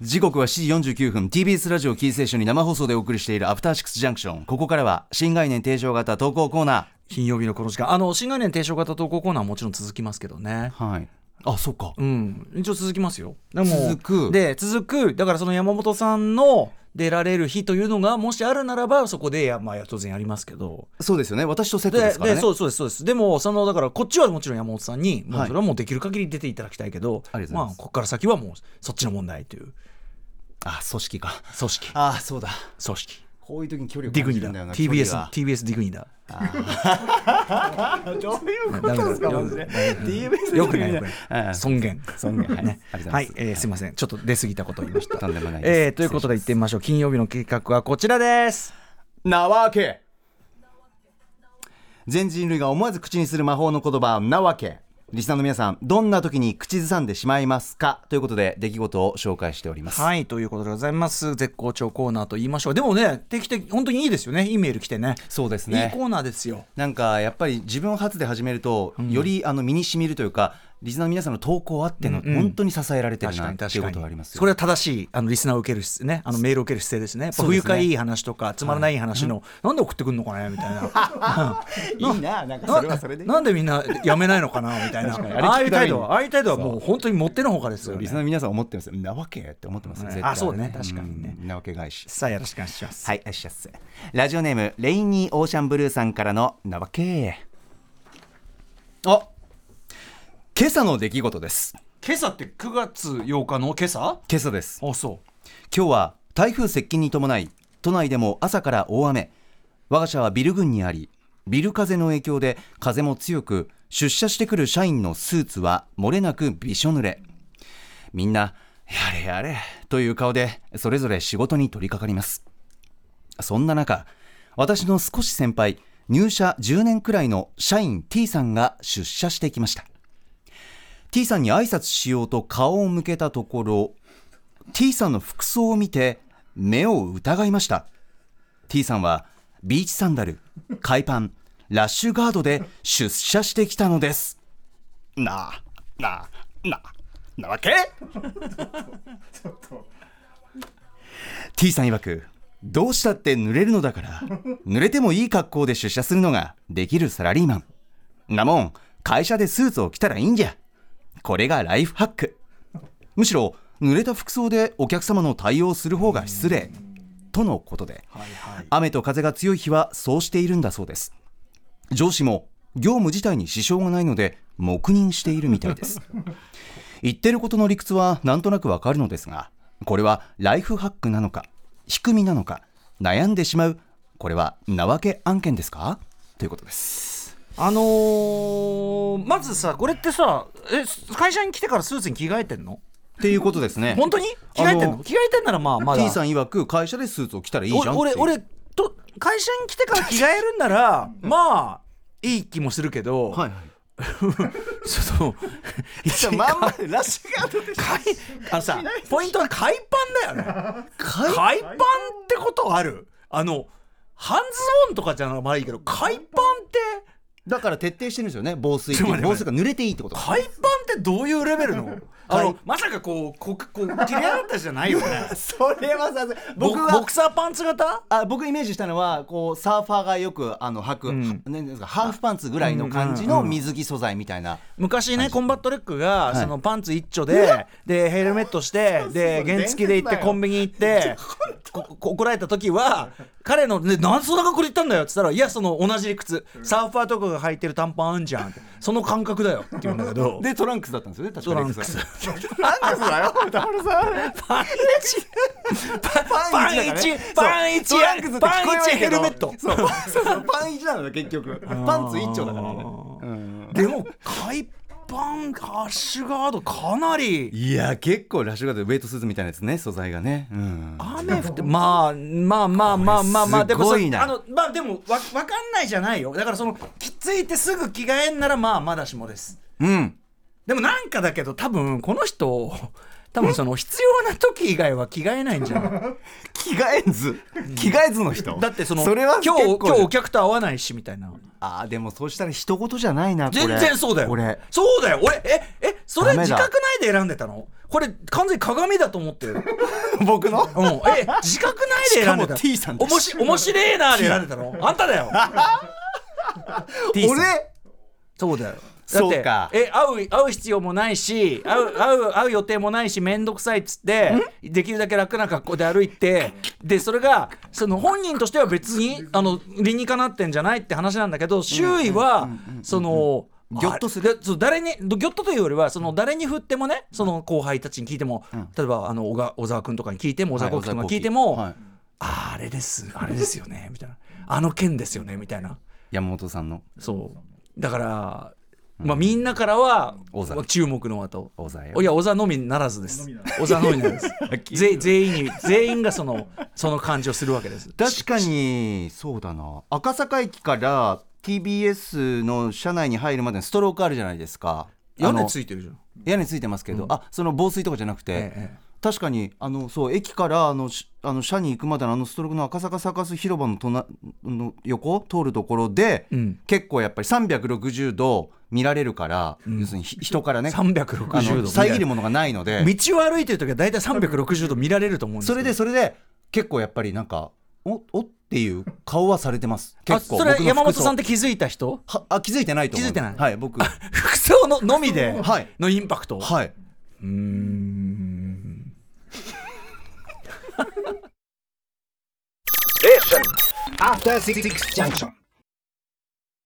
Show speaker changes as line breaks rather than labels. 時刻は7時49分 TBS ラジオキーステーションに生放送でお送りしている「アフターシックスジャンクション」ここからは新概念提唱型投稿コーナ
金曜日のこの時間あの新概念提唱型投稿コーナーはもちろん続きますけどね
ーはいあそっか
うん一応続きますよでも
続く
で続くだからその山本さんの出られる日というのがもしあるならばそこでや、まあ、当然やりますけど
そうですよね私とセット
で
ですから
で
ね
そうですそうですそうですでもそのだからこっちはもちろん山本さんにもう
はい
それはもうできる限り出ていただきたいけど、
ありがとうございます
あここから先はもうそっちの問題という
あ組織か
組織組
あそうだ
織
こういう時に距離を
ディ
感
グ
じる
ニだ
んだよな
TBS TBS ディグニだ
どういう
ことですかマジで
TBS
よくないよくな
う
い
ん
尊厳
尊厳はい
ね
ありがとうございます
はいえーすいませんちょっと出過ぎたことを言いま した
とんでもないです
えーということで言ってみましょう金曜日の計画はこちらです
なわけ全人類が思わず口にする魔法の言葉なわけリスナーの皆さんどんな時に口ずさんでしまいますかということで出来事を紹介しております、
はいということでございます絶好調コーナーと言いましょうでもね定期的本当にいいですよねいいメール来てね
そうです
い
ね
いコーナーですよ
なんかやっぱり自分発で始めると、よりあの身にしみるというかリスナーの皆さんの投稿あっての、
ん
本当に支えられてる
確か
なっ
に
て
確
いう
か
ことがあり
に
ますよ
それは正しいあのリスナーを受ける姿勢ねあのメールを受ける姿勢ですねやっぱ
そう
不
で
愉
すね
快いい話とかつまらない話の、なんで送ってくんのかねみたいな
いいななんか
ななんでみんなやめないのかなみたいな
にあれ聞く
ああいう態度
たび
は
に
ああいう態度はもう本当にもってのほかです よ、
リスナ
ね
ー、の皆さん思ってますよなわけって思ってますよ、
はい
絶対
あそうね確かにね
うんなわけ返し
さあよろしくお願いします、
はい、よっしゃっす。ラジオネーム、レイニーオーシャンブルーさんからのなわけ。あ今朝の出来事です。
今朝って9月8日の今朝
今朝です。
あそ
今日は台風接近に伴い、都内でも朝から大雨。我が社はビル群にあり、ビル風の影響で風も強く、出社してくる社員のスーツは漏れなくびしょ濡れ。みんな、やれやれという顔で、それぞれ仕事に取り掛かります。そんな中、私の少し先輩、入社10年くらいの社員 T さんが出社してきました。T さんに挨拶しようと顔を向けたところ、T さんの服装を見て目を疑いました T さんはビーチサンダル海パンラッシュガードで出社してきたのですなあなあなあなわけ T さん曰くどうしたって濡れるのだから濡れてもいい格好で出社するのができるサラリーマンなもん会社でスーツを着たらいいんじゃこれがライフハックむしろ濡れた服装でお客様の対応をする方が失礼とのことで
うはいはい
雨と風が強い日はそうしているんだそうです上司も業務自体に支障がないので黙認しているみたいです言ってることの理屈はなんとなくわかるのですがこれはライフハックなのか仕組みなのか悩んでしまうこれはなわけ案件ですかということです
あのー、まずさこれってさえ会社に来てからスーツに着替えてんの
っていうことですね
本当に着替えて
あ
んの
の
着替えてんならまあまだ
T さん曰く会社でスーツを着たらいいじゃん
お俺
っていう
俺と会社に来てから着替えるんならまあいい気もするけど、
はいはい
その一
まんま
でラッシュガードであのさポイントは海パンだよね海パンってことあるあのハンズオンとかじゃなまあいいけど海パンって
だから徹底してるんですよね防水って
ちょ
い
待
う
って
防水が濡れていいってこと
海パンってどういうレベルのあのまさかこうここう切れあったじゃないよね
それはさすが
僕
僕
ボ
は
クサーパンツ型
あ僕イメージしたのはこうサーファーがよくあの履く、
ん
なんですかハーフパンツぐらいの感じの水着素材みたいな、
昔ねコンバットレックが、
い
そのパンツ一丁ででヘルメット してで原付で行ってコンビニ行ってここ怒られた時は彼の「ね、なんでそんな格好で行ったんだよ」っつったら「いやその同じ理屈サーファーとかが履いてる短パンあんじゃん」その感覚だよ」って言うんだけ ど。
でトランクスだったんですよね確
ト
か
ランクス
レッ
パン1パン1パン1
トランクスって
パ
聞
ン
こえない
1
け
ヘ
ど
ルメット
そうそうそうパン1なのね結 局パンツ1丁だからね、うん
でも海パンハッシュガードかなり
いや結構ラッシュガードでウェイトスーツみたいなやつね素材がね、うん、
雨降 ってまあまあまあまあまあまあ
これ
でもそ
すごいな
あのまあでもわわかんないじゃないよだからそのきついてすぐ着替えんならまあまだしもです
うん
でもなんかだけど多分この人多分その必要な時以外は着替えないんじ ゃない
着替えず着替えずの人
だってその
それは
今日
結構
今日お客と会わないしみたいな
ああでもそうしたら人事じゃないなこれ
全然そうだよ
俺
そうだよ俺ええそれ
ダメ
自
だ
覚ないで選んでたのこれ完全に鏡だと思ってる
僕の
うんえ自覚ないで選ん
し
でた
かも T さんだ
おもしおもしれーなーで選んでたのあんた だよ T さん
俺
そうだよだっ
そう
て
か
え会う会う必要もないし会う会う会う予定もないし面倒くさいっつってできるだけ楽な格好で歩いてでそれがその本人としては別にあの理にかなってんじゃないって話なんだけど周囲はその。
ぎょっとす
るそう誰にぎょっとというよりはその誰に振ってもねその後輩たちに聞いても、例えばあの小川小沢君とかに聞いても小沢君とかに聞いても、
はい
あーあれですあれですよねみたいなあの件ですよねみたいな
山本さんの
そうだから、まあ、みんなからは
小沢
注目の的
小沢よ
いや小沢のみならずです小沢のみな らずぜ全員に全員がそのその感じをするわけです
確かにそうだな赤坂駅から TBS の車内に入るまでのストロークあるじゃないですか
屋
あ
根
の
ついてるじゃん
屋根ついてますけど、あその防水とかじゃなくて、
ええ
確かにあのそう駅からあのしあの車に行くまでのあのストロークの赤坂サーカス広場の隣の横通るところで、
うん
結構やっぱり360度見られるから、要するにひ人からねあ
360
の
度
遮るものがないので
道を歩いてる時は大体360度見られると思うんです
そ
けど
れでそれで結構やっぱりなんかおおっていう顔はされてます
あ
結構
それは
僕の服装
山本さんって気づいた人
はあ気づいてないと思う
気づいてない
はい僕
服装ののみで
はい
のインパクト、
はいう
ーん
アフターシックスジャンクション